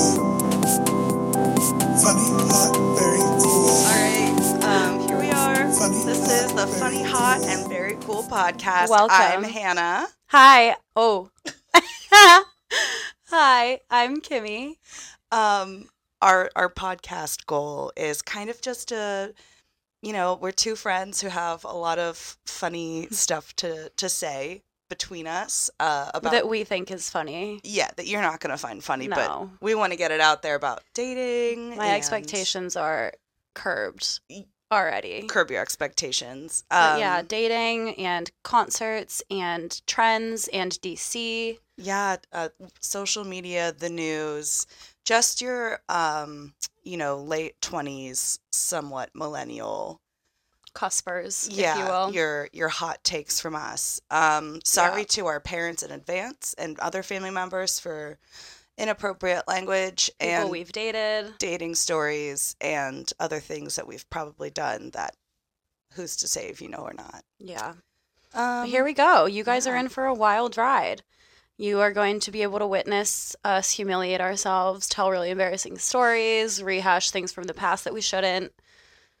um, podcast. Welcome. I'm Hannah. Hi. Oh. Hi, I'm Kimmy. Um, our our podcast goal is kind of just a, you know, we're two friends who have a lot of funny stuff to to say between us uh, about That we think is funny. yeah that you're not gonna find funny, but No. we want to get it out there about dating. My and expectations are curbed Y- already. Curb your expectations. But yeah, Um, dating and concerts and trends and DC. yeah uh, social media the news just your um you know late 20s somewhat millennial Cuspers, yeah if you will. your your hot takes from us um sorry to our parents in advance and other family members for inappropriate language People and we've dated. dating stories and other things that we've probably done that who's to say if you know or not Yeah. um But here we go. You guys are yeah. in for a wild ride. You are going to be able to witness us humiliate ourselves, tell really embarrassing stories, rehash things from the past that we shouldn't.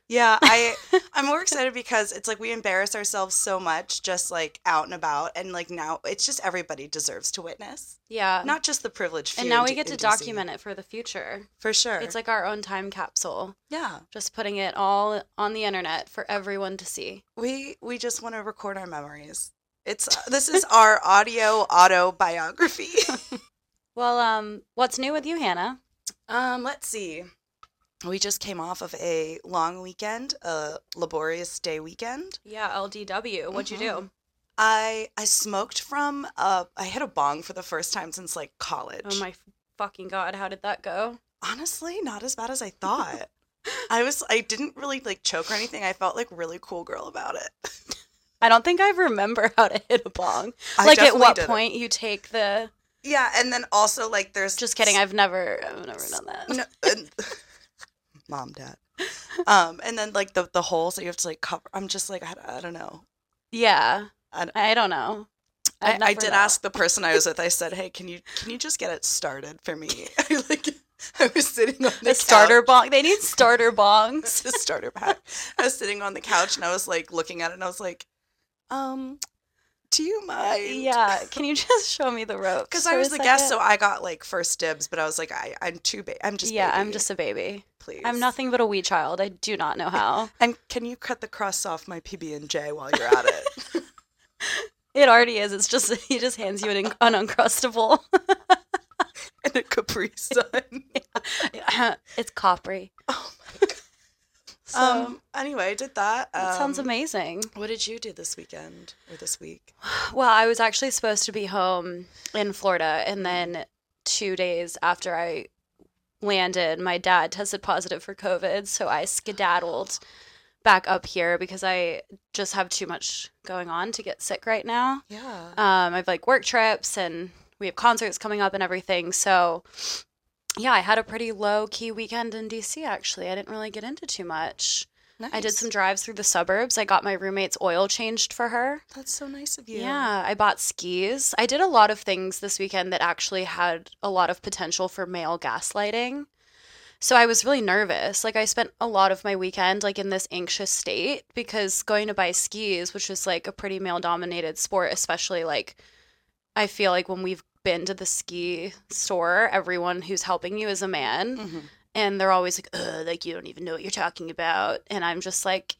Yeah, I I'm more excited because it's like we embarrass ourselves so much just like out and about and like now it's just everybody deserves to witness. Yeah. Not just the privileged few. and now in we D- get to in DC. document it for the future. For sure. It's like our own time capsule, yeah. just putting it all on the internet for everyone to see. We we just want to record our memories. It's uh, this is our audio autobiography. Well, um, what's new with you, Hannah? um, let's see. We just came off of a long weekend, a laborious day weekend. Yeah, LDW. What'd you do? I I smoked from uh I hit a bong for the first time since like college. Oh my f- fucking god, how did that go? honestly not as bad as i thought i was i didn't really like choke or anything i felt like really cool girl about it I don't think I remember how to hit a bong. I like at definitely what did it. point you take the yeah and then also like there's Just kidding. I've never, I've never done that. no, and- mom dad um and then like the the holes that you have to like cover i'm just like i, I don't know Yeah, I- I, don't know. I, I've I never did know. ask the person I was with. I said, "Hey, can you can you just get it started for me?" I like I was sitting on the, the starter bong. They need starter couch, bongs. the starter pack. I was sitting on the couch and I was like looking at it and I was like, "Um, do you mind?" yeah, can you just show me the ropes? Because I for was a the guest, so second? I got like first dibs, but I was like, I, I'm too big. I'm just yeah, I'm baby, just a baby. please. I'm nothing but a wee child. I do not know how. And can you cut the crust off my PB and J while you're at it? It already is. It's just he just hands you an, an uncrustable. and a Capri Sun. it's coppery. oh my So um. Anyway, I did that. that sounds Um, amazing. What did you do this weekend or this week? Well, I was actually supposed to be home in Florida, and then two days after I landed, my dad tested positive for COVID, so I skedaddled back up here because I just have too much going on to get sick right now. Yeah. Um, I've like work trips, and we have concerts coming up and everything. So, yeah, I had a pretty low key weekend in DC. Actually, I didn't really get into too much. Um, I did Nice. some drives through the suburbs. I got my roommate's oil changed for her. That's so nice of you. Yeah, I bought skis. I did a lot of things this weekend that actually had a lot of potential for male gaslighting. So I was really nervous. Like I spent a lot of my weekend like in this anxious state because going to buy skis, which is like a pretty male dominated sport, especially like I feel like when we've been to the ski store, everyone who's helping you is a man Mhm. and they're always like, Ugh, like you don't even know what you're talking about. And I'm just like,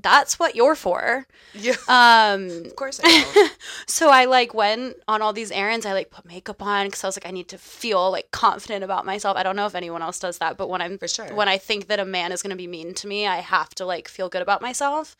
that's what you're for. Yeah. Um Of course I know. so I like went on all these errands. I like put makeup on because I was like, I need to feel like confident about myself. I don't know if anyone else does that, but when I'm For sure. when I think that a man is going to be mean to me, I have to like feel good about myself.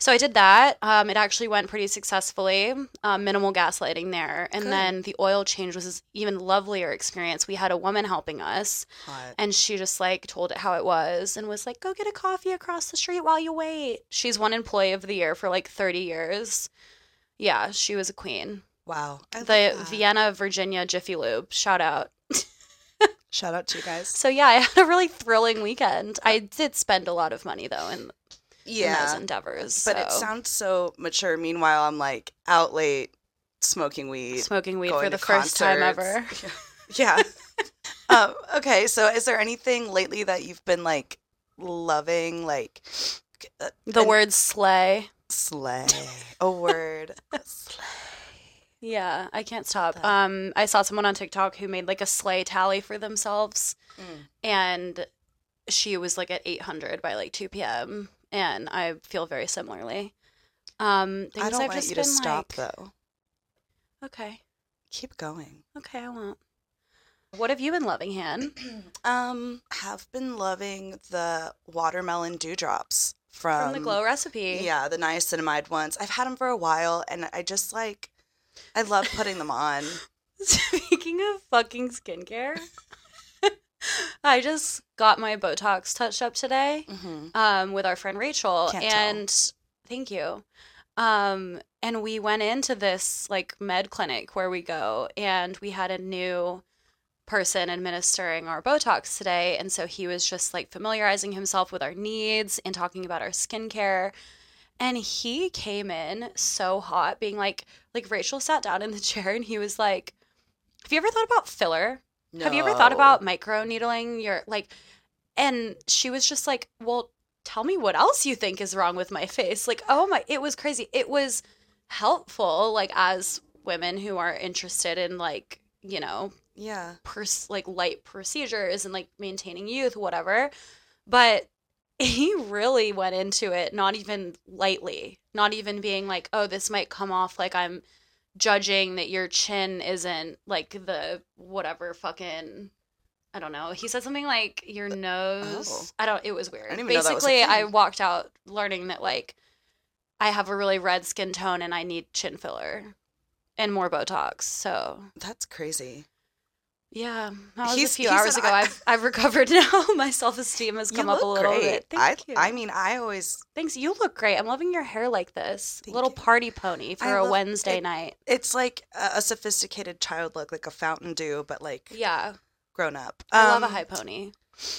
So I did that. Um, it actually went pretty successfully. Um, minimal gaslighting there, and Good. then the oil change was this even lovelier experience. We had a woman helping us, Hot. and she just like told it how it was, and was like, "Go get a coffee across the street while you wait." She's won Employee of the Year for like thirty years. Yeah, she was a queen. Wow. I love The that. Vienna, Virginia Jiffy Lube. Shout out. Shout out to you guys. So yeah, I had a really thrilling weekend. I did spend a lot of money though in, in those Yeah. endeavors. But it so. sounds so mature. Meanwhile, I'm like out late smoking weed. smoking weed going for the to first time ever. concerts. Yeah. um, okay, so is there anything lately that you've been like loving, like The And- word slay. Slay. A word. Slay. Yeah, I can't stop. That- Um, I saw someone on TikTok who made like a sleigh tally for themselves, Mm. and she was like at 800 by like 2 p.m. And I feel very similarly. Um, things I don't I've want just you to been, stop like, though. Okay, Keep going. okay, I won't. What have you been loving, Han? Um, have been loving the watermelon dewdrops From from the Glow recipe? Um, Yeah, the niacinamide ones. I've had them for a while, and I just like, I love putting them on. Speaking of fucking skincare, I just got my Botox touched up today. hmm um, with our friend Rachel, Can't tell. and thank you. Um, and we went into this like med clinic where we go, and we had a new person administering our Botox today, and so he was just like familiarizing himself with our needs and talking about our skincare. And he came in so hot, being like, like Rachel sat down in the chair, and he was like, "Have you ever thought about filler?" Have you ever thought No. about micro needling your like and she was just like, "Well, tell me what else you think is wrong with my face." Like, "Oh my, it was crazy. It was helpful like as women who are interested in like, you know, Yeah. pers- like light procedures and like maintaining youth, whatever. But he really went into it, not even lightly, not even being like, oh, this might come off like I'm judging that your chin isn't like the whatever fucking. I don't know. He said something like your nose. oh. I don't. It was weird. didn't even know that was a Basically, I thing. walked out learning that like I have a really red skin tone and I need chin filler and more Botox. So That's crazy. yeah, that was He's- a few he's hours an ago. I- I've I've recovered now. My self esteem has You come up a look little great. bit. I, Thank you. I mean, I always. Thanks. You look great. I'm loving your hair like this. Thank little you. party pony for I a love Wednesday it. night. It's like a, a sophisticated child look, like a fountain dew, but like Yeah, grown up. I love a Um, high pony.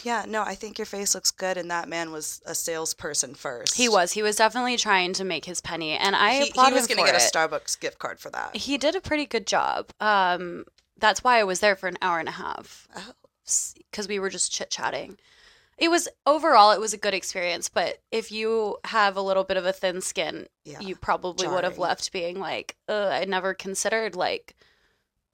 Yeah, no, I think your face looks good, and that man was a salesperson first. He was. He was definitely trying to make his penny, and I He, he applaud was him gonna for get it. a Starbucks gift card for that. He did a pretty good job. Um, that's why I was there for an hour and a half Oh. because we were just chit chatting. It was overall, it was a good experience. But if you have a little bit of a thin skin, Yeah. you probably would have jarring. left being like, Ugh, I never considered like,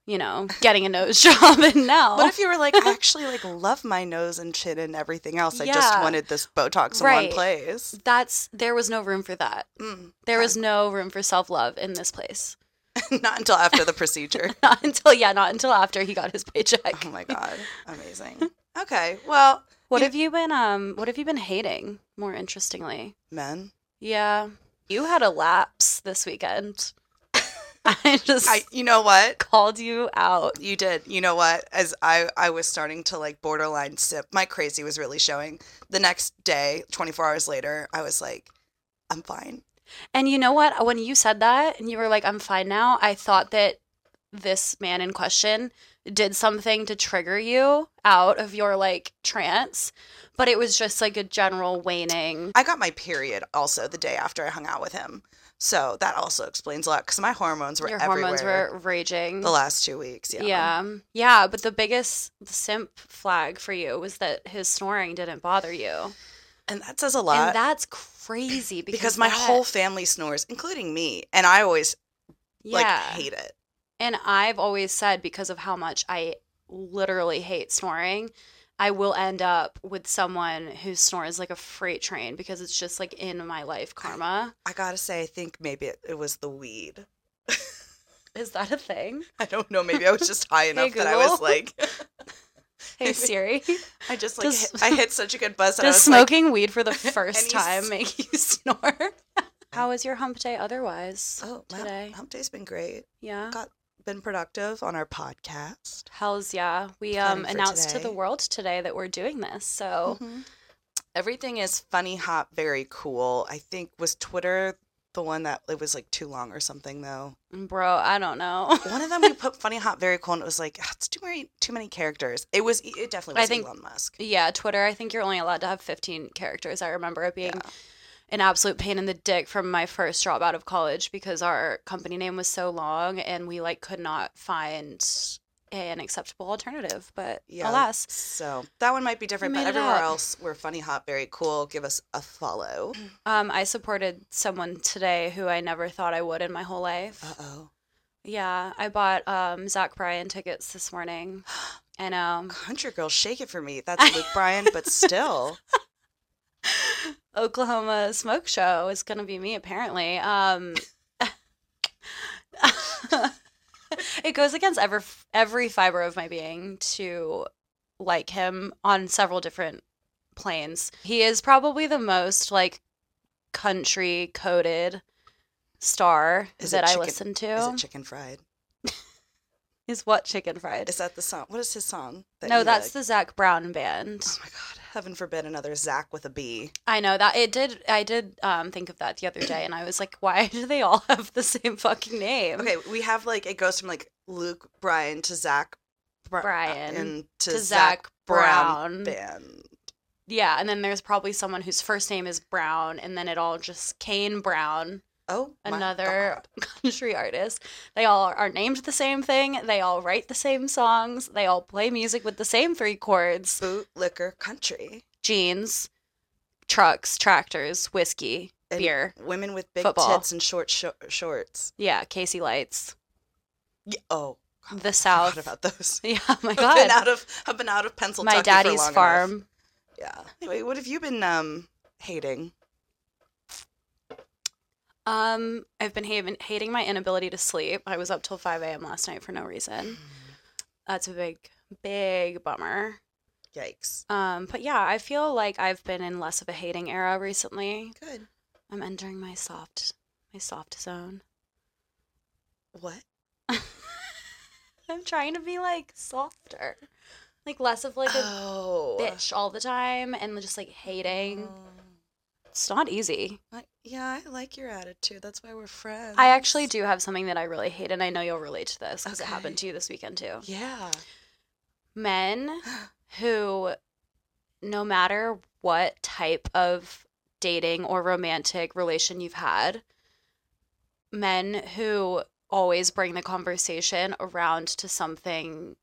you know, getting a nose job, and now What if you were like, I actually like love my nose and chin and everything else. I just Yeah. wanted this Botox in Right. one place. that's there was no room for that. Mm. There was no room for self love in this place. Not until after the procedure. Not until yeah, not until after he got his paycheck. oh my god, amazing. Okay, well, What You- have Uh-huh. you been um? What have you been hating? More interestingly, men, yeah, you had a lapse this weekend. I just I you know what called you out. you did. You know what? As I I was starting to like borderline sip, my crazy was really showing. The next day, 24 hours later, I was like, I'm fine. And you know what? When you said that and you were like, I'm fine now, I thought that this man in question did something to trigger you out of your like trance, but it was just like a general waning. I got my period also the day after I hung out with him, so that also explains a lot because my hormones were Your everywhere hormones were raging. the last two weeks. yeah. yeah. Yeah, But the biggest simp flag for you was that his snoring didn't bother you. And that says a lot and that's crazy because, because, my that- whole family snores, including me, and I always yeah. like hate it. And I've always said because of how much I literally hate snoring, I will end up with someone who snores like a freight train because it's just like in my life karma. I gotta say, I think maybe it, it was the weed. Is that a thing? I don't know. Maybe I was just high enough that I Google. was like, Hey Siri, I just like Does- hit- I hit such a good buzz that I does was like, smoking weed for the first And you s- time make you snore? How was your hump day otherwise? oh, my today? hump day's been great. Yeah. Been productive on our podcast. Hells yeah. We Planning um, for announced to today. the world today that we're doing this. So Mhm. Everything is funny, hot, very cool. I think was Twitter the one that it was like too long or something though. bro, I don't know. One of them we put funny, hot, very cool, and it was like "Ah, it's too many too many characters. It was it definitely I was think- Elon Musk. Yeah, Twitter, I think you're only allowed to have 15 characters. I remember it being Yeah. an absolute pain in the dick from my first job out of college because our company name was so long and we like could not find an acceptable alternative. But Yeah. alas, So that one might be different, We but made it everywhere up. else, we're funny, hot, very cool. Give us a follow. um, I supported someone today who I never thought I would in my whole life. Uh oh. Yeah, I bought um, Zach Bryan tickets this morning. And um, Country girl, shake it for me. That's Luke Bryan, but still. Oklahoma Smoke Show is going to be me, apparently. Um, it goes against every, every fiber of my being to like him on several different planes. He is probably the most like country coded star Is it that I chicken- listen Is to. it chicken fried? is what chicken fried? Is that the song? What is his song? uh, no, that's the Zach Brown band. Oh my God. Heaven forbid another Zach with a B. I know that it did. I did um, think of that the other day, and I was like, "Why do they all have the same fucking name?" Okay, we have like, it goes from like Luke Bryan to Zach Bri- uh, Bryan and to, to Zach, Zach Brown. Brown. Band. Yeah, and then there's probably someone whose first name is Brown, and then it all just Kane Brown, Oh, my another God. country artist. They all are named the same thing. They all write the same songs. They all play music with the same three chords: bootlicker country. jeans, trucks, tractors, whiskey, And beer. Women with big Football. tits and short sho- shorts. Yeah, Casey Lights, Y- Oh, God, the I forgot South. about those. Yeah, oh my I've been God, out of I've been out of Pennsylvania. my daddy's farm. Yeah. Wait, what have you been um hating? Um, I've been ha- hating my inability to sleep. I was up till 5 a.m. last night for no reason. That's a big, big bummer. Yikes. Um, but yeah, I feel like I've been in less of a hating era recently. Good. I'm entering my soft, my soft zone. What? I'm trying to be like softer, like less of like a oh. bitch all the time and just like hating. It's not easy. Oh. I- yeah, I like your attitude. That's why we're friends. I actually do have something that I really hate, and I know you'll relate to this because it Okay. happened to you this weekend too. Yeah. Men who no matter what type of dating or romantic relation you've had men who always bring the conversation around to something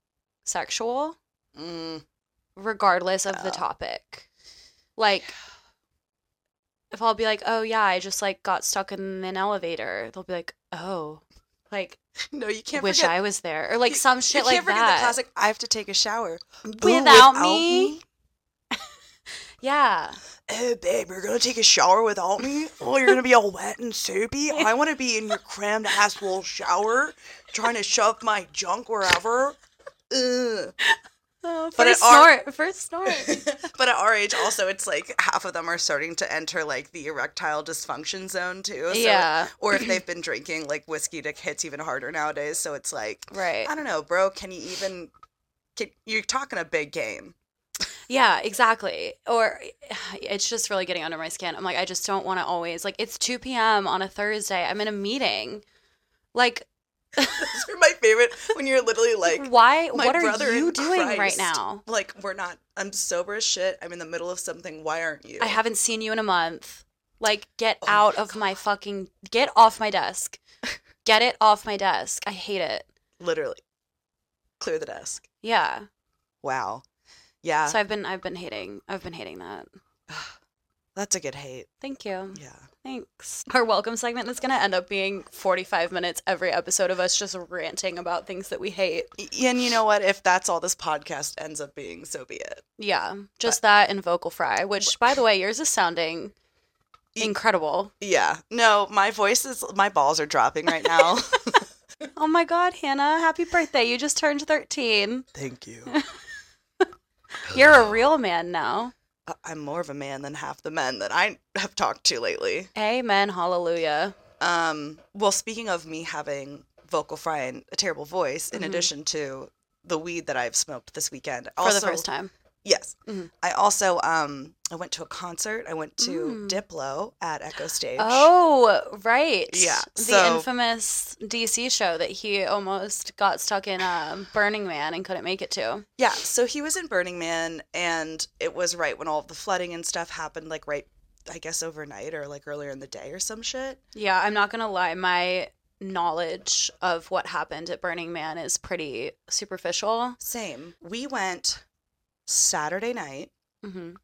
sexual Mm, regardless of the Oh. topic like if i'll be like oh yeah i just like got stuck in an elevator they'll be like oh like no, you can't wish forget. i was there or like you- some shit you like can't forget that the classic. I have to take a shower Ooh, without, me yeah Oh, babe, you're gonna take a shower without me? Oh, you're gonna be all wet and soapy? I wanna be in your crammed asshole shower trying to shove my junk wherever. Ugh. Oh, But first it are- snort, first snort. but at our age, also, it's like half of them are starting to enter like the erectile dysfunction zone too. So, yeah, Or if they've been drinking, like whiskey dick hits even harder nowadays. So it's like, right. I don't know, bro, can you even. Can, you're talking a big game. Yeah, exactly. Or it's just really getting under my skin. I'm like, I just don't want to always like. It's two p.m. on a Thursday. I'm in a meeting. Like, Those are my favorite when you're literally like, why? my What brother are you in doing right Christ. now? like we're not i'm sober as shit i'm in the middle of something why aren't you I haven't seen you in a month. Like, get Oh out my of my fucking. Get off my desk. Get it off my desk. I hate it. literally clear the desk Yeah. wow yeah So I've been I've been hating I've been hating that. that's a good hate Thank you. yeah Thanks. Our welcome segment is going to end up being 45 minutes every episode of us just ranting about things that we hate. Y- and you know what if that's all this podcast ends up being so be it Yeah, just that and vocal fry, which, by the way, yours is sounding E- incredible. yeah no my voice is my balls are dropping right now Oh my God, Hannah, happy birthday. You just turned 13. thank you You're a real man now. I- i'm more of a man than half the men that i have talked to lately Amen. Hallelujah. Um, well, speaking of me having vocal fry and a terrible voice, in Mhm. addition to the weed that I've smoked this weekend, For also, the first time. Yes, Mhm. I also um I went to a concert. I went to Mm. Diplo at Echo Stage. Oh, right. Yeah, The so- infamous DC show that he almost got stuck in um, Burning Man and couldn't make it to. yeah. So he was in Burning Man, and it was right when all of the flooding and stuff happened, like right, I guess overnight or like earlier in the day or some shit. Yeah, I'm not gonna lie. My knowledge of what happened at Burning Man is pretty superficial. Same. We went Saturday night, Mm-hmm. hmm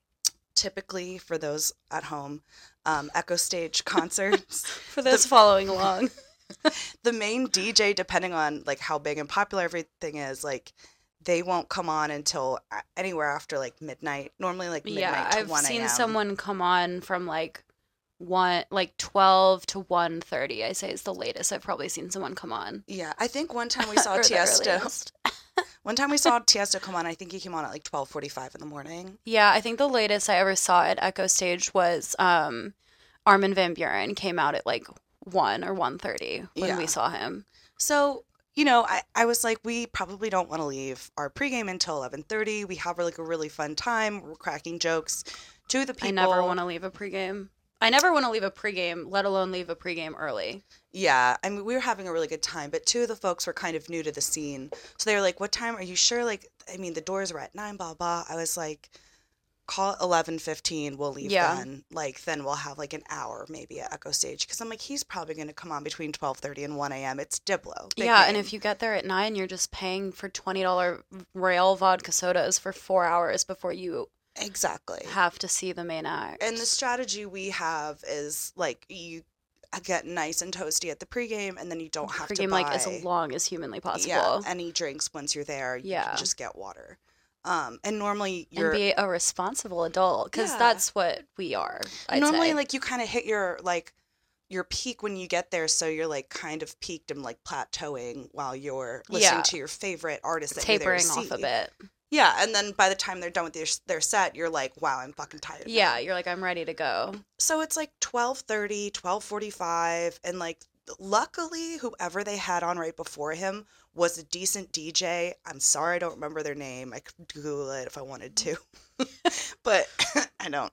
typically for those at home, um, Echo Stage concerts. For those following along, the main DJ, depending on like how big and popular everything is, like they won't come on until a- anywhere after like midnight. Normally, like midnight yeah, to I've one seen a.m. someone come on from like one, like twelve to one thirty. I say is the latest I've probably seen someone come on. Yeah, I think one time we saw Or the Tiesto. earliest. One time we saw Tiesto come on. I think he came on at like twelve forty-five in the morning. Yeah, I think the latest I ever saw at Echo Stage was um, Armin van Buren came out at like one or one thirty when Yeah. we saw him. So, you know, I, I was like, we probably don't want to leave our pregame until eleven thirty. We have like a really fun time. We're cracking jokes to the people. I never want to leave a pregame. I never want to leave a pregame, let alone leave a pregame early. Yeah, I mean, we were having a really good time, but two of the folks were kind of new to the scene. So they were like, "What time are you sure?" Like, I mean, the doors were at nine, blah blah. I was like, "Call eleven fifteen. We'll leave Yeah. then. Like, then we'll have like an hour maybe at Echo Stage because I'm like, he's probably going to come on between twelve thirty and one a.m. It's Diplo. yeah, and if you get there at nine, you're just paying for twenty dollar rail vodka sodas for four hours before you exactly have to see the main act. And the strategy we have is like you get nice and toasty at the pregame, and then you don't have to pregame buy like as long as humanly possible. yeah, any drinks once you're there. You Yeah. can just get water. Um, and normally and you're be a responsible adult because Yeah. that's what we are. I'd normally say. like you kind of hit your like your peak when you get there, so you're like kind of peaked and like plateauing while you're listening Yeah. to your favorite artist that you're there tapering to off see. a bit. Yeah, and then by the time they're done with their their set, you're like, wow, I'm fucking tired. now. Yeah, you're like, I'm ready to go. so it's like 12:30, 12:45 and like luckily whoever they had on right before him was a decent DJ. I'm sorry I don't remember their name. I could google it if I wanted to. Mm. but I don't.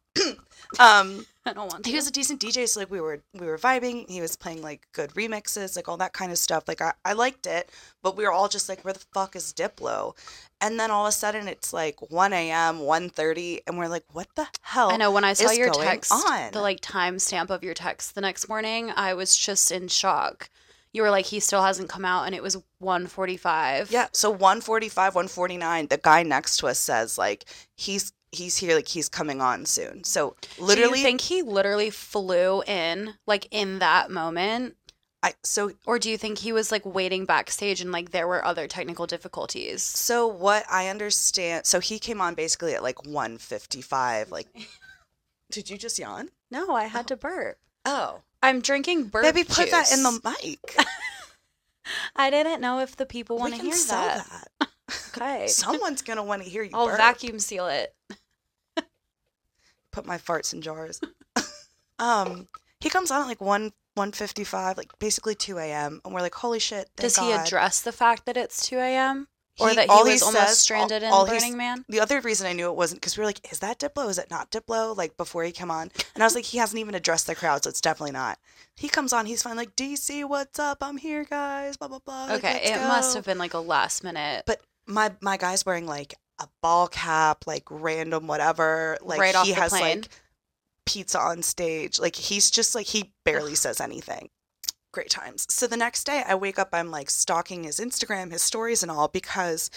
um I don't want to. he was a decent DJ so like we were we were vibing. He was playing like good remixes, like all that kind of stuff. Like I I liked it, but we were all just like where the fuck is Diplo? And then all of a sudden it's like 1 a.m., 1.30, and we're like, what the hell? I know when I saw is your going text, on? the like timestamp of your text the next morning, I was just in shock. You were like, he still hasn't come out, and it was 1:45. Yeah. So 145, 149, the guy next to us says like he's he's here like he's coming on soon. So Do literally you think he literally flew in like in that moment, I so or do you think he was like waiting backstage and like there were other technical difficulties? so what I understand so he came on basically at like 155 like Did you just yawn? No, I had to burp. Oh. I'm drinking burp Baby put that in juice. the mic. I didn't know if the people we want to can hear sell that. Oh, that. Okay. Someone's going to want to hear you I'll burp. vacuum seal it. put my farts in jars. um he comes on at like 1 155 like basically 2 a.m. and we're like holy shit thank Does he God. address the fact that it's 2 a.m.? Or He- that he all was almost says- stranded all- all in he Burning Man? the other reason I knew it wasn't because we were like, is that Diplo? Is it not Diplo? Like before he came on, and I was like, he hasn't even addressed the crowd, so it's definitely not. He comes on, he's fine. Like DC, what's up? I'm here, guys. Blah blah blah. like, Okay, let's it must go." have been like a last minute. But my my guy's wearing like a ball cap, like random whatever. Like right off he the has plane. like pizza on stage. Like he's just like he barely says anything. Great times. So the next day I wake up, I'm like stalking his Instagram, his stories and all because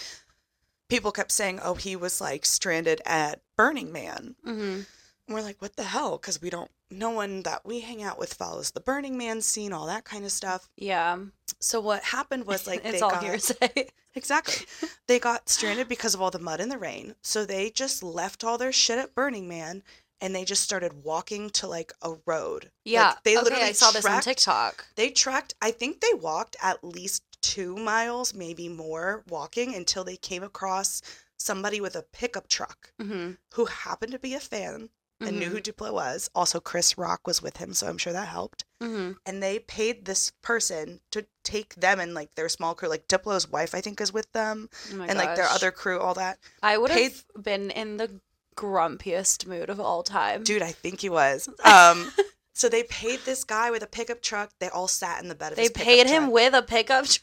people kept saying, "Oh, he was like stranded at Burning Man." hmm And we're like, "What the hell?" cuz we don't no one that we hang out with follows the Burning Man scene, all that kind of stuff. Yeah, So what happened was like it's they all got hearsay. Exactly. they got stranded because of all the mud and the rain. So they just left all their shit at Burning Man and they just started walking to like a road. yeah, Like, they okay, literally I saw this on tracked- TikTok. They tracked, I think they walked at least two miles, maybe more, walking until they came across somebody with a pickup truck hmm who happened to be a fan and Mm-hmm. knew who Diplo was. Also, Chris Rock was with him, so I'm sure that helped hmm and they paid this person to take them and like their small crew like diplo's wife i think is with them Oh my and like their gosh. other crew all that I would paid- have been in the grumpiest mood of all time. dude i think he was um so they paid this guy with a pickup truck they all sat in the bed of they his pickup paid him truck. with a pickup. Tr-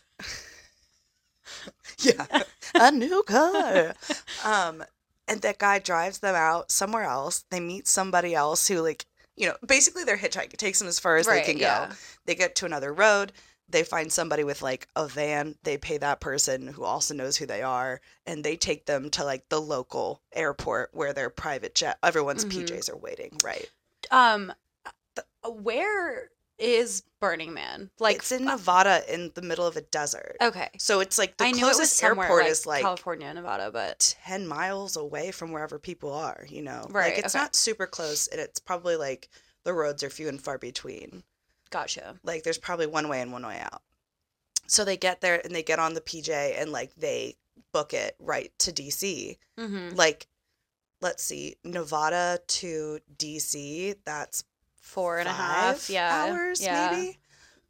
yeah a new car um and that guy drives them out somewhere else they meet somebody else who like you know basically they're hitchhiking takes them as far as right, they can go yeah. they get to another road they find somebody with like a van, they pay that person who also knows who they are, and they take them to like the local airport where their private jet, everyone's Mhm. PJs are waiting, right? Um, th- where is Burning Man? Like, Like it's in Nevada in the middle of a desert. okay, So it's like the I knew it was closest somewhere airport like, is like California, Nevada, but 10 miles away from wherever people are, you know? Right, Like it's okay. not super close and it's probably like the roads are few and far between. gotcha. Like there's probably one way in, one way out. So they get there and they get on the PJ and like they book it right to DC. Mm-hmm. Like, let's see, Nevada to DC, that's Four and a half, five yeah, hours yeah. maybe.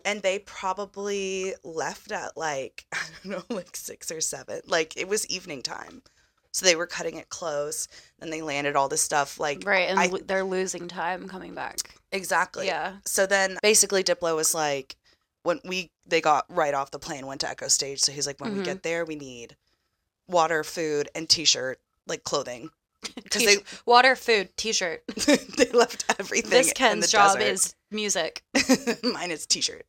And they probably left at like I don't know, like six or seven. Like it was evening time, so they were cutting it close. And they landed all this stuff, like Right, and I- lo- they're losing time coming back. exactly. yeah, So then basically Diplo was like, when we they got right off the plane, went to Echo Stage. So he's like, when Mhm. we get there, we need water, food, and T-shirt, like clothing, because they water, food, T-shirt. they left everything. This in Ken's the job desert. is music. mine is t-shirt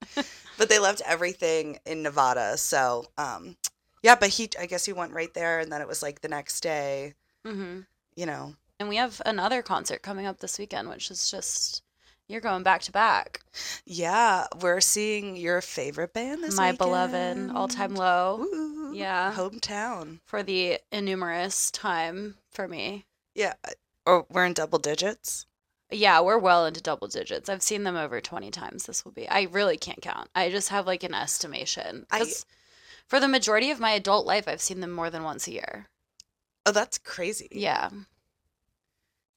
but they left everything in nevada so um yeah but he i guess he went right there and then it was like the next day Mm-hmm. you know And we have another concert coming up this weekend, which is just you're going back to back. yeah we're seeing your favorite band this My beloved, all time weekend. low. Ooh, Yeah. hometown For the innumerous time for me. yeah or we're in double digits Yeah, we're well into double digits. I've seen them over 20 times. This will be, I really can't count. I just have like an estimation. I- 'Cause for the majority of my adult life, I've seen them more than once a year. oh that's crazy Yeah.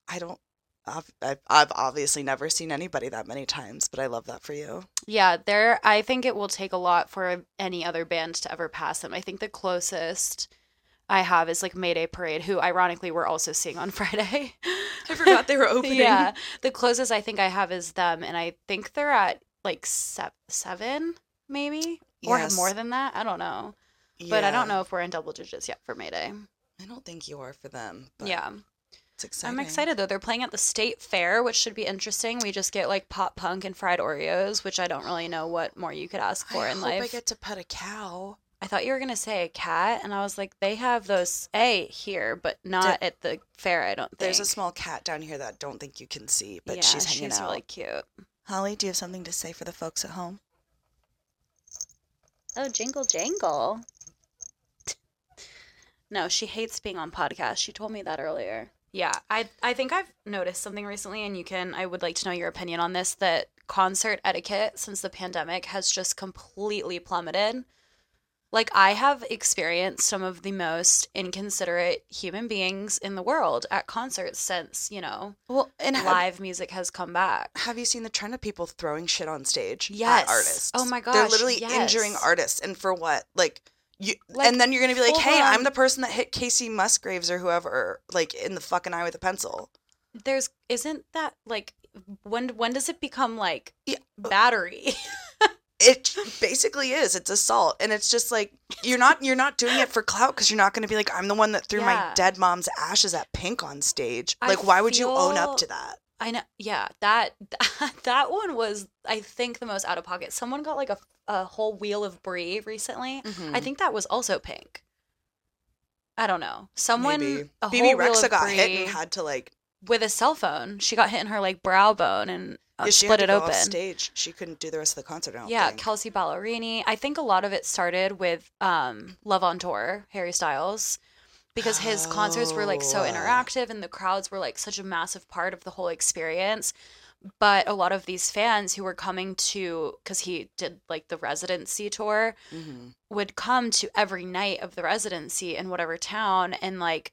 i don't I've, I've, I've obviously never seen anybody that many times but i love that for you Yeah, there I think it will take a lot for any other band to ever pass them. I think the closest I have is like Mayday Parade, who ironically we're also seeing on Friday. i forgot they were opening yeah. The closest I think I have is them and I think they're at like se- 7 maybe Yes. or more than that. I don't know. But I don't Yeah. know if we're in double digits yet for Mayday. i don't think you are for them but yeah. it's exciting I'm excited though. They're playing at the state fair, which should be interesting. We just get like pop punk and fried Oreos, which I don't really know what more you could ask for I in hope life. I get to pet a cow. I thought you were gonna say a cat, and I was like, they have those a here, but not at the fair. I don't think There's a small cat down here that I don't think you can see, but yeah, she's hanging out. really cute. Holly, do you have something to say for the folks at home? Oh, jingle jangle. No, she hates being on podcasts. She told me that earlier. Yeah, I I think I've noticed something recently, and you can I would like to know your opinion on this. That concert etiquette since the pandemic has just completely plummeted. Like I have experienced some of the most inconsiderate human beings in the world at concerts since you know Well, and have, live music has come back. have you seen the trend of people throwing shit on stage? at Yes. artists. Oh my They're gosh, literally injuring yes. artists, and for what? Like. You, Like, and then you're gonna be like, full "Hey, on- I'm the person that hit Casey Musgraves or whoever, like in the fucking eye with a pencil." There's isn't that like when when does it become like Yeah. uh, battery? It basically is. It's assault, and it's just like you're not you're not doing it for clout because you're not gonna be like, "I'm the one that threw Yeah. my dead mom's ashes at Pink on stage." I Like, why would you own feel- up to that? I know. Yeah, that that one was I think the most out of pocket. Someone got like a a whole wheel of brie recently. Mm. I think that was also pink. I don't know. Someone Maybe. a BB whole wheel Rexa of got brie hit and had to like with a cell phone. She got hit in her like brow bone and uh, yeah, she split had it to go open. off stage. She couldn't do the rest of the concert. I don't Yeah, think. Kelsey Ballerini. I think a lot of it started with um, Love on Tour, Harry Styles, because his concerts were like so Oh. interactive and the crowds were like such a massive part of the whole experience. But a lot of these fans who were coming to, because he did like the residency tour, Mhm. would come to every night of the residency in whatever town and like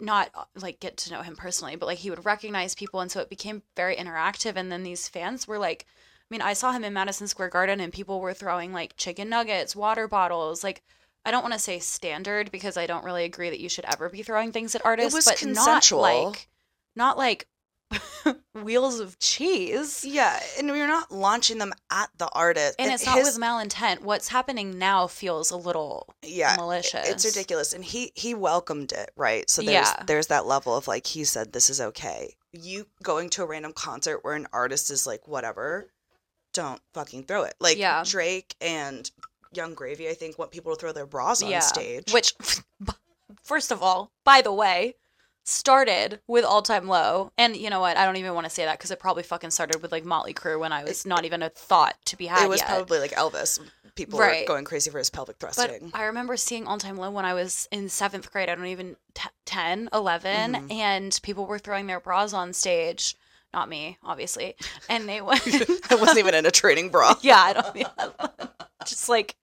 not uh, like get to know him personally but like he would recognize people and so it became very interactive and then these fans were like I mean I saw him in Madison Square Garden and people were throwing like chicken nuggets, water bottles, like I don't want to say standard because I don't really agree that you should ever be throwing things at artists was but consensual. not like not like wheels of cheese. Yeah, and you're not launching them at the artist. And it's not his- with malintent. What's happening now feels a little yeah, malicious. it's ridiculous. And he he welcomed it, right? So there's Yeah. there's that level of like he said this is okay. You going to a random concert where an artist is like whatever don't fucking throw it. Like Yeah. Drake and Young Gravy, I think, want people to throw their bras on Yeah. stage. Which, first of all, by the way, started with All Time Low. And you know what? I don't even want to say that because it probably fucking started with like Motley Crue when I was not even a thought to be had it was yet. probably like Elvis. People Right. were going crazy for his pelvic but thrusting. I remember seeing All Time Low when I was in seventh grade. I don't even, t- 10, 11. Mhm. And people were throwing their bras on stage. Not me, obviously. And they went. I wasn't even in a training bra. yeah, I don't. just like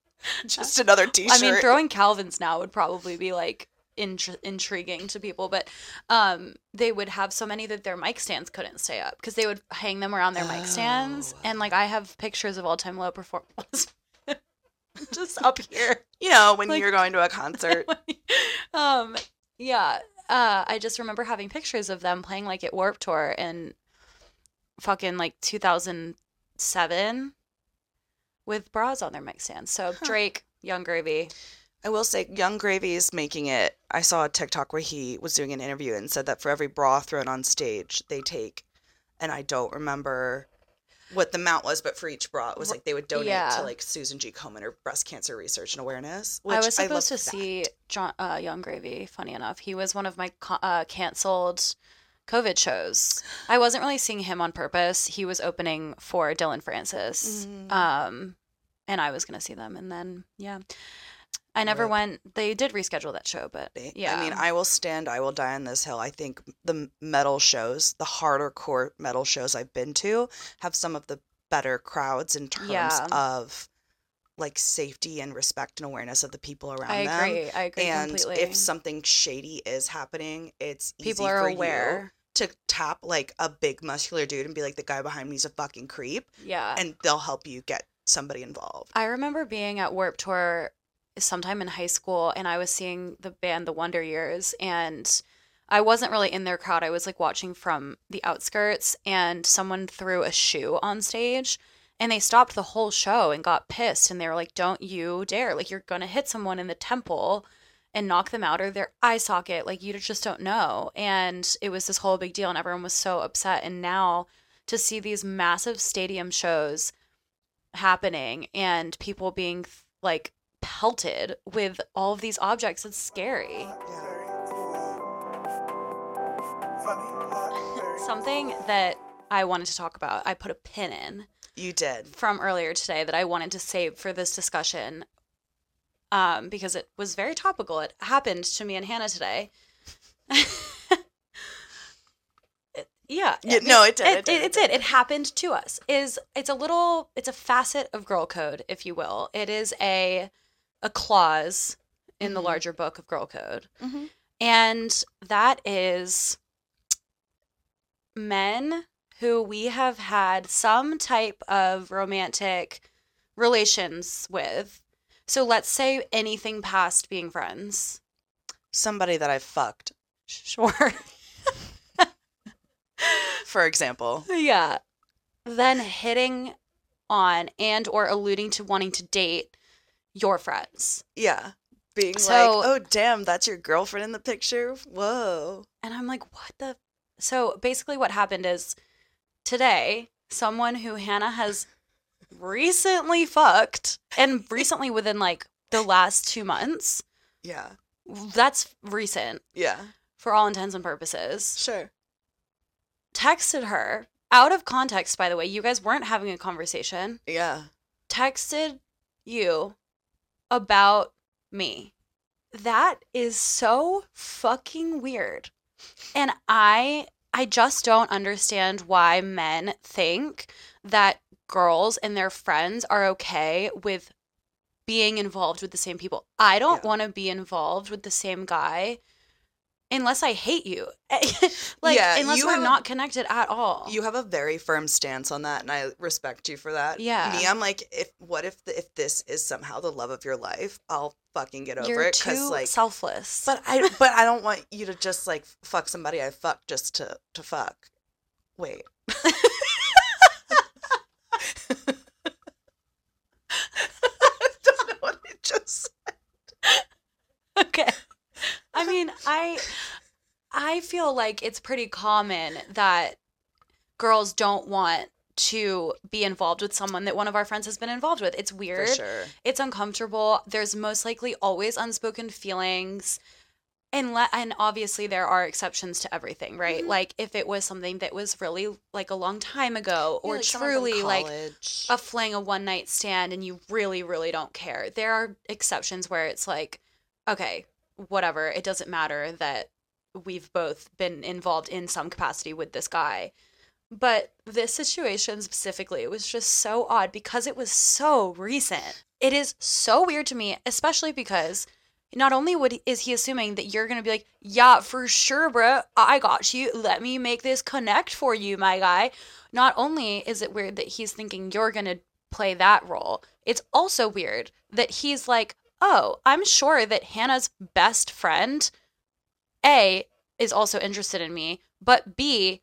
Just another t I shirt. mean, throwing Calvins now would probably be like intri- intriguing to people, but um, they would have so many that their mic stands couldn't stay up because they would hang them around their mic stands. Oh. And like, I have pictures of all time low performance just up here. you know, when like- you're going to a concert. um, yeah, uh, I just remember having pictures of them playing like at Warp Tour in fucking like 2007 with bras on their mic stands. So Huh. Drake, Young Gravy. I will say, Young Gravy is making it. I saw a TikTok where he was doing an interview and said that for every bra thrown on stage, they take, and I don't remember what the amount was, but for each bra, it was like they would donate Yeah. to like Susan G. Komen or breast cancer research and awareness. Which I was love supposed to that. see John uh, Young Gravy. Funny enough, he was one of my co- uh, canceled COVID shows. I wasn't really seeing him on purpose. He was opening for Dylan Francis, Mm. um, and I was gonna see them. And then yeah, I never Rip. went. They did reschedule that show, but Ba- yeah, I mean, I will stand, I will die on this hill. I think the metal shows, the harder core metal shows I've been to, have some of the better crowds in terms Yeah. of like safety and respect and awareness of the people around I them. agree. I agree and completely. if something shady is happening, it's people easy are for aware, you to tap like a big muscular dude and be like, "The guy behind me's a fucking creep," yeah, and they'll help you get somebody involved. I remember being at Warp Tour sometime in high school and I was seeing the band The Wonder Years and I wasn't really in their crowd. I was like watching from the outskirts and someone threw a shoe on stage and they stopped the whole show and got pissed and they were like, "Don't you dare. Like you're going to hit someone in the temple." And knock them out or their eye socket. Like, you just don't know. And it was this whole big deal, and everyone was so upset. And now to see these massive stadium shows happening and people being th- like pelted with all of these objects. It's scary. Something that I wanted to talk about, I put a pin in You did. from earlier today that I wanted to save for this discussion um, because it was very topical. It happened to me and Hannah today. It- yeah. Yeah, no, it did, it It, did, it, it it's it. It happened to us. Is it's a little. It's a facet of girl code, if you will. It is a a clause in the Mhm. larger book of girl code, Mhm. and that is men who we have had some type of romantic relations with. So let's say anything past being friends. Somebody that I fucked, Sure. for example. yeah. Then hitting on and or alluding to wanting to date your friends. Yeah, being So- like, "Oh, damn, that's your girlfriend in the picture." Whoa. And I'm like, what the? So basically, what happened is today, someone who Hannah has recently fucked, and recently within like the last two months, Yeah. that's recent Yeah. for all intents and purposes, Sure. texted her out of context, by the way. You guys weren't having a conversation, Yeah. texted you about me. That is so fucking weird. And I I just don't understand why men think that girls and their friends are okay with being involved with the same people. I don't Yeah. want to be involved with the same guy unless I hate you. like Yeah, unless you we're have a- not connected at all. You have a very firm stance on that, and I respect you for that. Yeah. Me, I'm like, if what if the, if this is somehow the love of your life, I'll fucking get over You're it too because like, selfless. but I but I don't want you to just like fuck somebody I fuck just to to fuck. Wait. I don't know what I just. okay. I mean, I I feel like it's pretty common that girls don't want to be involved with someone that one of our friends has been involved with. It's for weird. sure. It's uncomfortable. There's most likely always unspoken feelings. And, le- and obviously there are exceptions to everything, right? Mhm. Like if it was something that was really like a long time ago Yeah, or like someone from truly like college. a fling a one night stand and you really really don't care there are exceptions where it's like okay whatever it doesn't matter that we've both been involved in some capacity with this guy but this situation specifically it was just so odd because it was so recent it is so weird to me especially because not only would is he assuming that you're gonna be like yeah for sure bro i got you let me make this connect for you my guy not only is it weird that he's thinking you're going to play that role, it's also weird that he's like, oh, I'm sure that Hannah's best friend, A, is also interested in me, but B,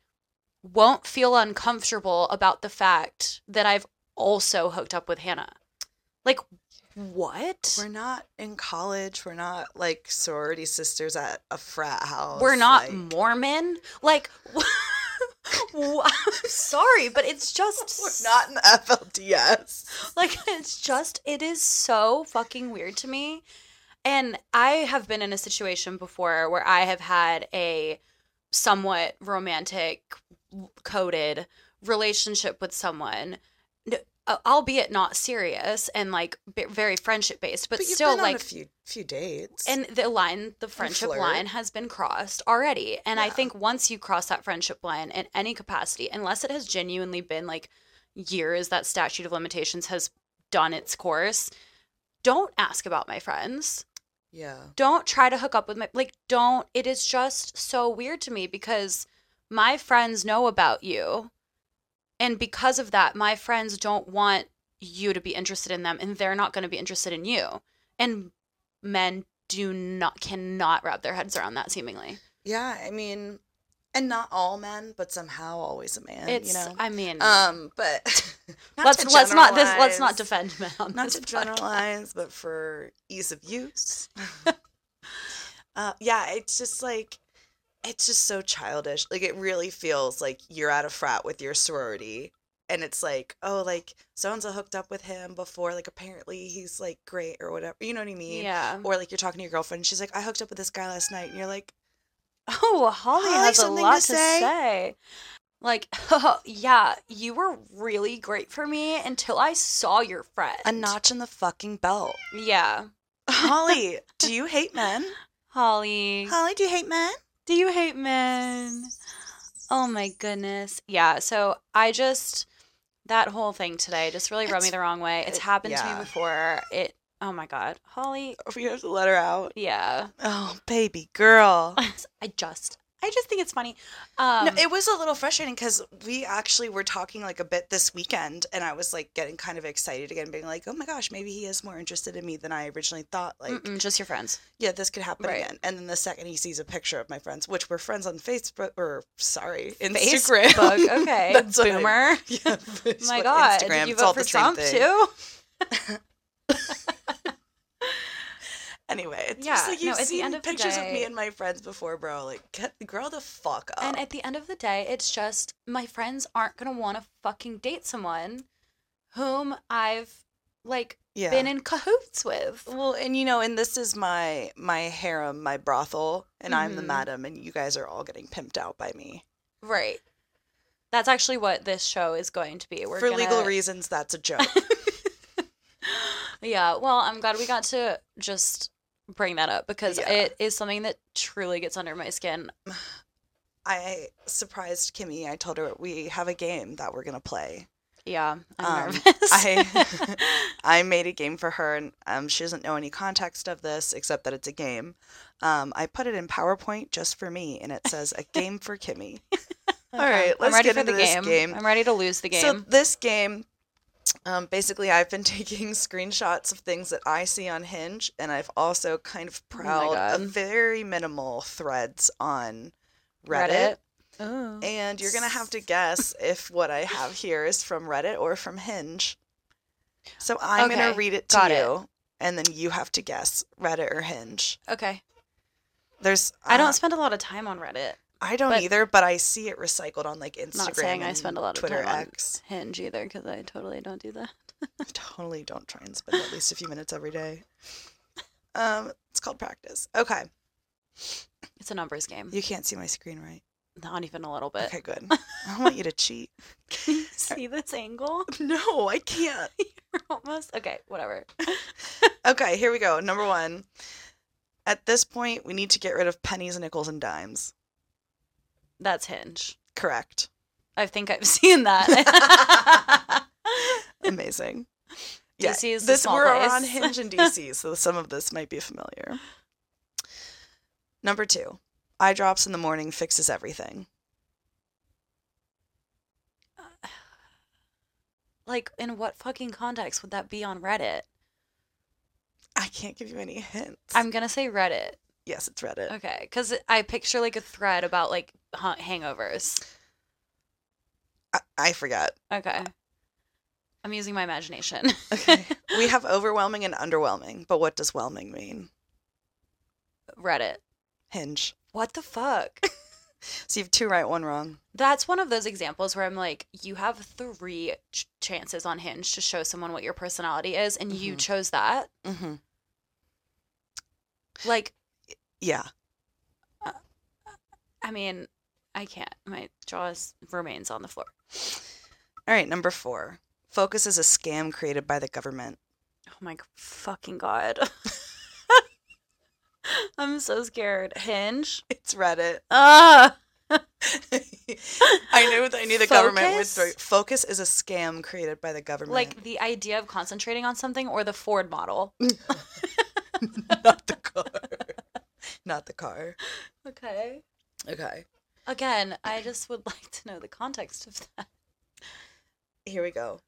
won't feel uncomfortable about the fact that I've also hooked up with Hannah. Like, what? we're not in college. We're not like sorority sisters at a frat house. We're not like- Mormon. Like, wha- I'm sorry, but it's just We're not in the FLDS. like it's just it is so fucking weird to me and i have been in a situation before where i have had a somewhat romantic coded relationship with someone n- uh, albeit not serious and like b- very friendship based but, But you've still been like on a few few dates. and the line, the friendship flirt. line has been crossed already. And I Yeah. think once you cross that friendship line in any capacity, unless it has genuinely been like years that statute of limitations has done its course, don't ask about my friends. yeah. Don't try to hook up with my, like, don't. It is just so weird to me because my friends know about you. And because of that, my friends don't want you to be interested in them and they're not going to be interested in you. And men do not, cannot wrap their heads around that seemingly. Yeah, I mean and not all men, but somehow always a man, it's, Uh, you know. I mean, Um, but not let's, to let's not, this, let's generalize. not defend men on not this to podcast. generalize, but for ease of use. uh, yeah, it's just like it's just so childish. Like it really feels like you're at a frat with your sorority, and it's like, oh, like so and so hooked up with him before. Like apparently he's like great or whatever. You know what I mean? Yeah. Or like you're talking to your girlfriend, and she's like, I hooked up with this guy last night, and you're like, Oh, Holly, Holly, has a something to lot to say. say? Like, yeah, you were really great for me until I saw your friend. a notch in the fucking belt. Yeah. Holly, do you hate men? Holly, Holly, do you hate men? do you hate men? Oh my goodness. Yeah, so I just that whole thing today just really rubbed me It's- the wrong way. It's it- happened to yeah. me before. It Oh my god. Holly, We have to let her out. yeah. Oh, baby girl. I just I just think it's funny. Um no, it was a little frustrating because we actually were talking like a bit this weekend, and I was like getting kind of excited again, being like, "Oh my gosh, maybe he is more interested in me than I originally thought." Like, mm-mm, just your friends. yeah, this could happen Right. again. And then the second he sees a picture of my friends, which we're friends on Facebook, or sorry, Instagram. Facebook. Okay. That's what I- Boomer. yeah, my Facebook, God, did Instagram, you it's vote all for the same Trump thing. Oh. too? Anyway, it's Yeah, just like no, you've at the seen end of the pictures of day- me and my friends before, bro. Like, get, grow the fuck up. And at the end of the day, it's just my friends aren't gonna want to fucking date someone whom I've like yeah. been in cahoots with. Well, and you know, and this is my my harem, my brothel, and I'm the Mhm. madam, and you guys are all getting pimped out by me Right. That's actually what this show is going to be. We're for legal gonna- reasons. That's a joke. Yeah. Well, I'm glad we got to just bring that up because Yeah. it is something that truly gets under my skin. I surprised Kimmy. I told her we have a game that we're gonna play. Yeah, I'm Um, nervous. I I made a game for her, and um, she doesn't know any context of this except that it's a game. Um, I put it in PowerPoint just for me, and it says a game for Kimmy. All right, I'm let's ready get for into the this game. game. I'm ready to lose the game. So this game, um, basically, I've been taking screenshots of things that I see on Hinge, and I've also kind of Oh my prowled a God. very minimal threads on Reddit. Oh. And you're gonna have to guess if what I have here is from Reddit or from Hinge. So I'm gonna Okay, read it to got it. you, and then you have to guess Reddit or Hinge. Okay. There's I uh, don't spend a lot of time on Reddit. I don't But- either, but I see it recycled on like Instagram. Not saying I and spend a lot of Twitter time on- X. Hinge either because I totally don't do that. totally don't try and spend at least a few minutes every day. Um, it's called practice. Okay, It's a numbers game. you can't see my screen, right? Not even a little bit. Okay, good. I want you to cheat. Can you see this angle? No, I can't. Almost. Okay, whatever. Okay, here we go. Number one. At this point, we need to get rid of pennies, nickels, and dimes. That's Hinge. Correct. I think I've seen that. Amazing. DC is a this small we're place. on Hinge and DC, so some of this might be familiar. Number two, eye drops in the morning fixes everything. like, in what fucking context would that be on Reddit? I can't give you any hints. I'm gonna say Reddit. yes, it's Reddit. Okay, because I picture like a thread about like ha- hangovers. I, I forgot. Okay, I'm using my imagination. Uh. Okay. we have overwhelming and underwhelming, but what does whelming mean? Reddit. Hinge. What the fuck? So you have two right, one wrong. That's one of those examples where I'm like, you have three ch- chances on Hinge to show someone what your personality is, and you Mhm. chose that. Mm-hmm. Like, Yeah. I mean, I can't. My jaw is, remains on the floor. All right, number four. Focus is a scam created by the government. Oh my g- fucking god. I'm so scared. Hinge. It's Reddit. Ah. I knew I knew the government would Focus? throw. Focus is a scam created by the government. like the idea of concentrating on something or the Ford model. not the car. not the car. Okay. Okay. Again, I just would like to know the context of that. Here we go.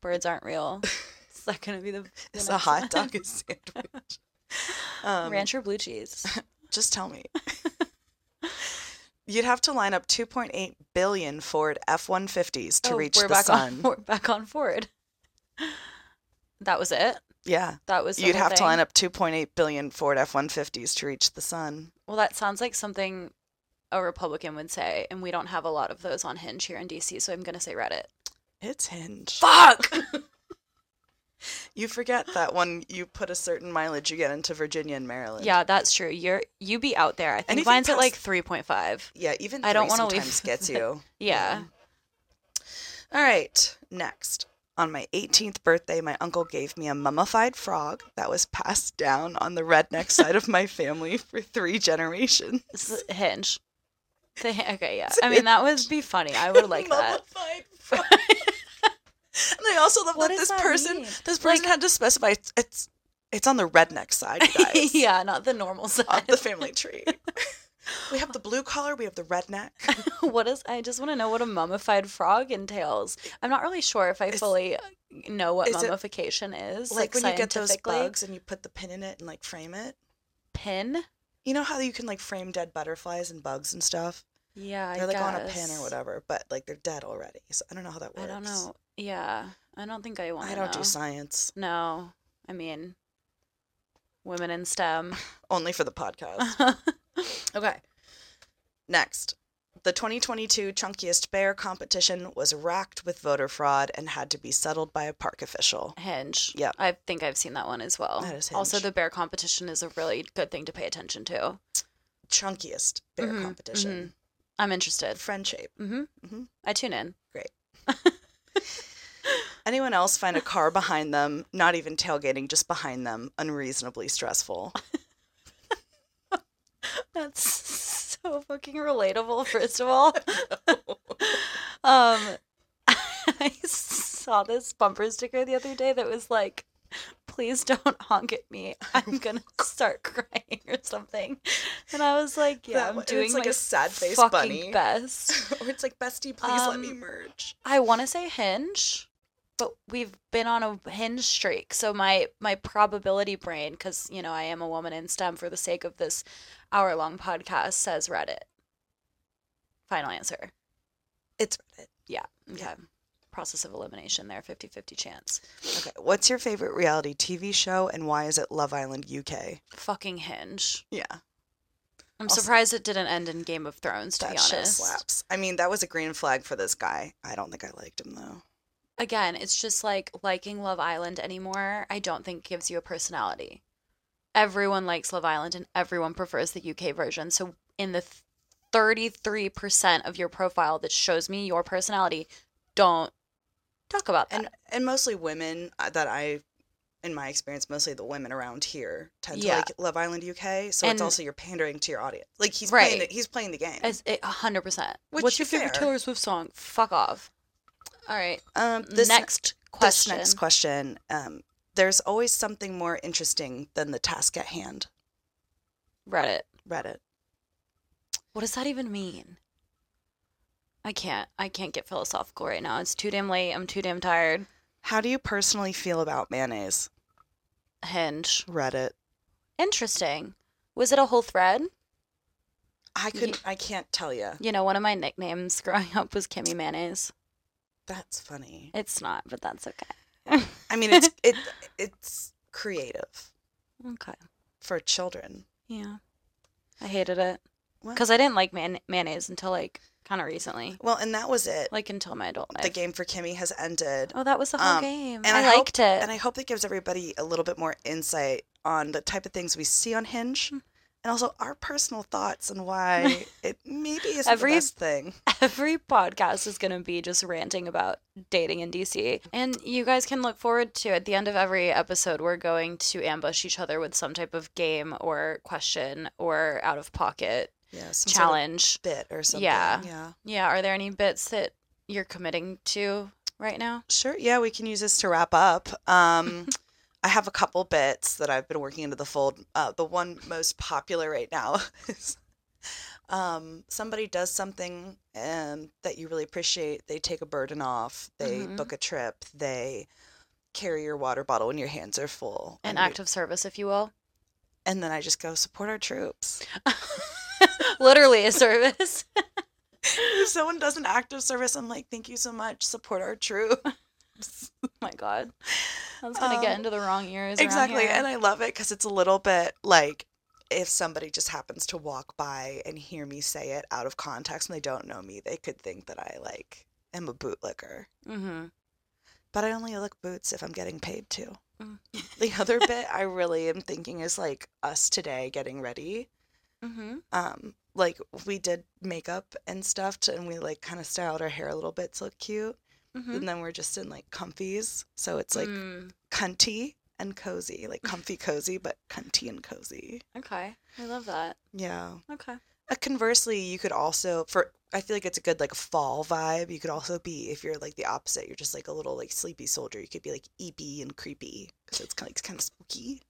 Birds aren't real. Is that going to be the, the It's a next one? hot dog and sandwich. Um, rancher blue cheese? Just tell me. You'd have to line up 2.8 billion Ford F-150s to Oh, reach we're the back sun. on we're back on Ford. That was it. Yeah. That was the You'd whole have to thing? line up 2.8 billion Ford F-150s to reach the sun. Well, that sounds like something a Republican would say, and we don't have a lot of those on Hinge here in DC, so I'm going to say Reddit. It's Hinge. Fuck! You forget that when you put a certain mileage, you get into Virginia and Maryland. yeah, that's true. You're you be out there. I think Anything mine's at past- like 3.5. Yeah, even I I don't don't wanna want leave to sometimes gets that. you. Yeah. All right, next. On my 18th birthday, my uncle gave me a mummified frog that was passed down on the redneck side of my family for three generations. S- Hinge. The, hi- okay, yeah. I mean, that would be funny. I would like that. Mummified frog. and I also love What that does this that person, mean? this person had to specify it's, it's it's on the redneck side, you guys. yeah, not the normal On side. the family tree. we have the blue collar, we have the redneck. what is? I just want to know what a mummified frog entails. I'm not really sure if I Is- fully know what is it mummification is. like, Like, when you get those scientifically. bugs and you put the pin in it and like frame it. pin. You know how you can like frame dead butterflies and bugs and stuff? Yeah, I They're like on a pin guess. or whatever, but like they're dead already. So I don't know how that I works. don't know. Yeah, I don't think I want. I don't know. do science. No, I mean, women in STEM. Only for the podcast. okay. Next. The 2022 Chunkiest Bear competition was racked with voter fraud and had to be settled by a park official. Hinge. Yep. I think I've seen that one as well. That is Also, Hinge. the bear competition is a really good thing to pay attention to. Chunkiest Bear Mhm, competition. I'm interested. Friend shape. Mm-hmm. Mhm. I tune in. Anyone else find a car behind them, not even tailgating, just behind them, unreasonably stressful. That's so fucking relatable. First of all, um, I saw this bumper sticker the other day that was like, "Please don't honk at me. I'm gonna start crying or something." And I was like, "Yeah, That I'm one- it's doing like my a sad face fucking bunny. best." or it's like, bestie, please let me Um, merge. I want to say Hinge, but we've been on a Hinge streak. So my my probability brain, because you know I am a woman in STEM for the sake of this hour long podcast, says Reddit. Final answer. It's Reddit. Yeah. Okay. Yeah. Process of elimination there, 50-50 chance. Okay, what's your favorite reality TV show and why is it Love Island UK? Fucking Hinge. Yeah. I'm Also- surprised it didn't end in Game of Thrones, to That be show honest. slaps. I mean, that was a green flag for this guy. I don't think I liked him though. Again, it's just like liking Love Island anymore, I don't think gives you a personality. Everyone likes Love Island and everyone prefers the UK version. So, in the th- 33% of your profile that shows me your personality, don't talk about that. And and mostly women uh, that I, in my experience, mostly the women around here tend to Yeah. like Love Island UK. So And- it's also you're pandering to your audience. Like he's playing Right. the, he's playing the game. As a hundred percent. Which What's you your favorite fair. Taylor Swift song? Fuck off. All right. um, this next this question. next question. Um, there's always something more interesting than the task at hand. Reddit. Reddit. What does that even mean? I can't. I can't get philosophical right now. It's too damn late. I'm too damn tired. How do you personally feel about mayonnaise? Hinge. Reddit. Interesting. Was it a whole thread? I couldn't. I can't tell you. You know, one of my nicknames growing up was Kimmy Mayonnaise. That's funny. It's not, but that's okay. I mean, it's it it's creative Okay. for children. Yeah. I hated it Well, because I didn't like man- mayonnaise until like kind of recently, well, and that was it. like until my adult life. the game for Kimmy has ended, Oh, that was the whole Um, game. and I, I hope- liked it. and I hope that gives everybody a little bit more insight on the type of things we see on Hinge, Hmm. and also our personal thoughts and why it maybe isn't Every- the best thing. every podcast is going to be just ranting about dating in DC. And you guys can look forward to at the end of every episode, we're going to ambush each other with some type of game or question or out of pocket Yeah, some sort of challenge. bit or something. Yeah. yeah, yeah. Are there any bits that you're committing to right now? sure. Yeah, we can use this to wrap up. Um, I have a couple bits that I've been working into the fold. Uh, the one most popular right now is um, somebody does something um, that you really appreciate. They take a burden off. They Mhm. book a trip. They carry your water bottle when your hands are full. An and you- act of service, if you will. and then I just go support our troops. Literally a service. if someone does an act of service, I'm like, thank you so much. Support our troops. oh my God. That's going to get Um, into the wrong ears. around exactly here. and i love it because it's a little bit like if somebody just happens to walk by and hear me say it out of context and they don't know me they could think that i like am a bootlicker mm-hmm. but i only lick boots if i'm getting paid to Mm. the other bit i really am thinking is like us today getting ready Mm-hmm. um like we did makeup and stuff to, and we like kind of styled our hair a little bit to look cute Mm-hmm. Mm. and then we're just in like comfies so it's like cunty and cozy like comfy cozy but cunty and cozy okay. I love that. Yeah. Okay. Uh, Conversely, you could also for I feel like it's a good like fall vibe. You could also be if you're like the opposite. You're just like a little like sleepy soldier. You could be like eepy and creepy because it's kind of, it's kind of spooky.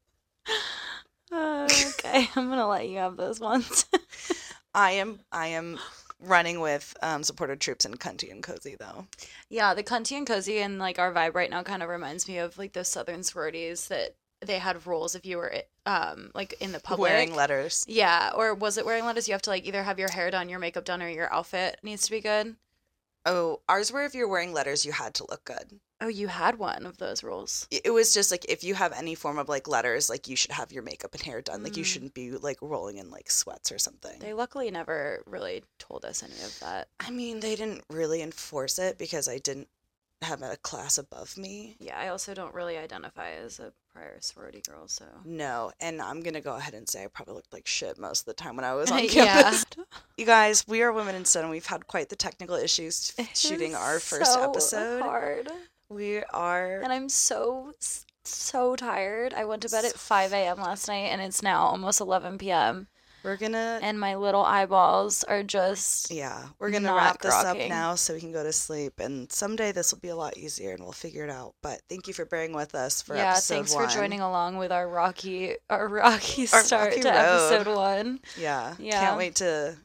Uh, okay, I'm gonna let you have those ones. I am I am running with um supported troops and cunty and cozy though. yeah, the cunty and cozy and like our vibe right now kind of reminds me of like those southern sororities that they had rules if you were um like in the public. Wearing letters. yeah, or was it wearing letters? You have to like either have your hair done, your makeup done, or your outfit needs to be good. Oh, ours were if you're wearing letters, you had to look good. Oh, you had one of those rules. It it was just like if you have any form of like letters, like you should have your makeup and hair done. Like you Mm. shouldn't be like rolling in like sweats or something. They luckily never really told us any of that. I mean, they didn't really enforce it because I didn't have a class above me. Yeah, I also don't really identify as a prior sorority girl, so No, and I'm gonna go ahead and say I probably looked like shit most of the time when I was on Yeah. campus. You guys, we are women in STEM. We've had quite the technical issues f- It shooting is our first so episode. Hard. We are and I'm so s- so tired. I went to bed at 5 a.m. last night, and it's now almost 11 p.m. we're gonna And my little eyeballs are just yeah we're gonna not wrap this grokking. up now so we can go to sleep. And someday this will be a lot easier and we'll figure it out. But thank you for bearing with us for yeah. episode Thanks one. for joining along with our rocky our rocky Our start rocky to road. episode one. Yeah, Yeah. can't wait to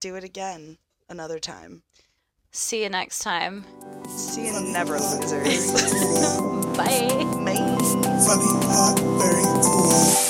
do it again another time. See you next time. See you never losers. Bye. Bye. funny, hot, very cool.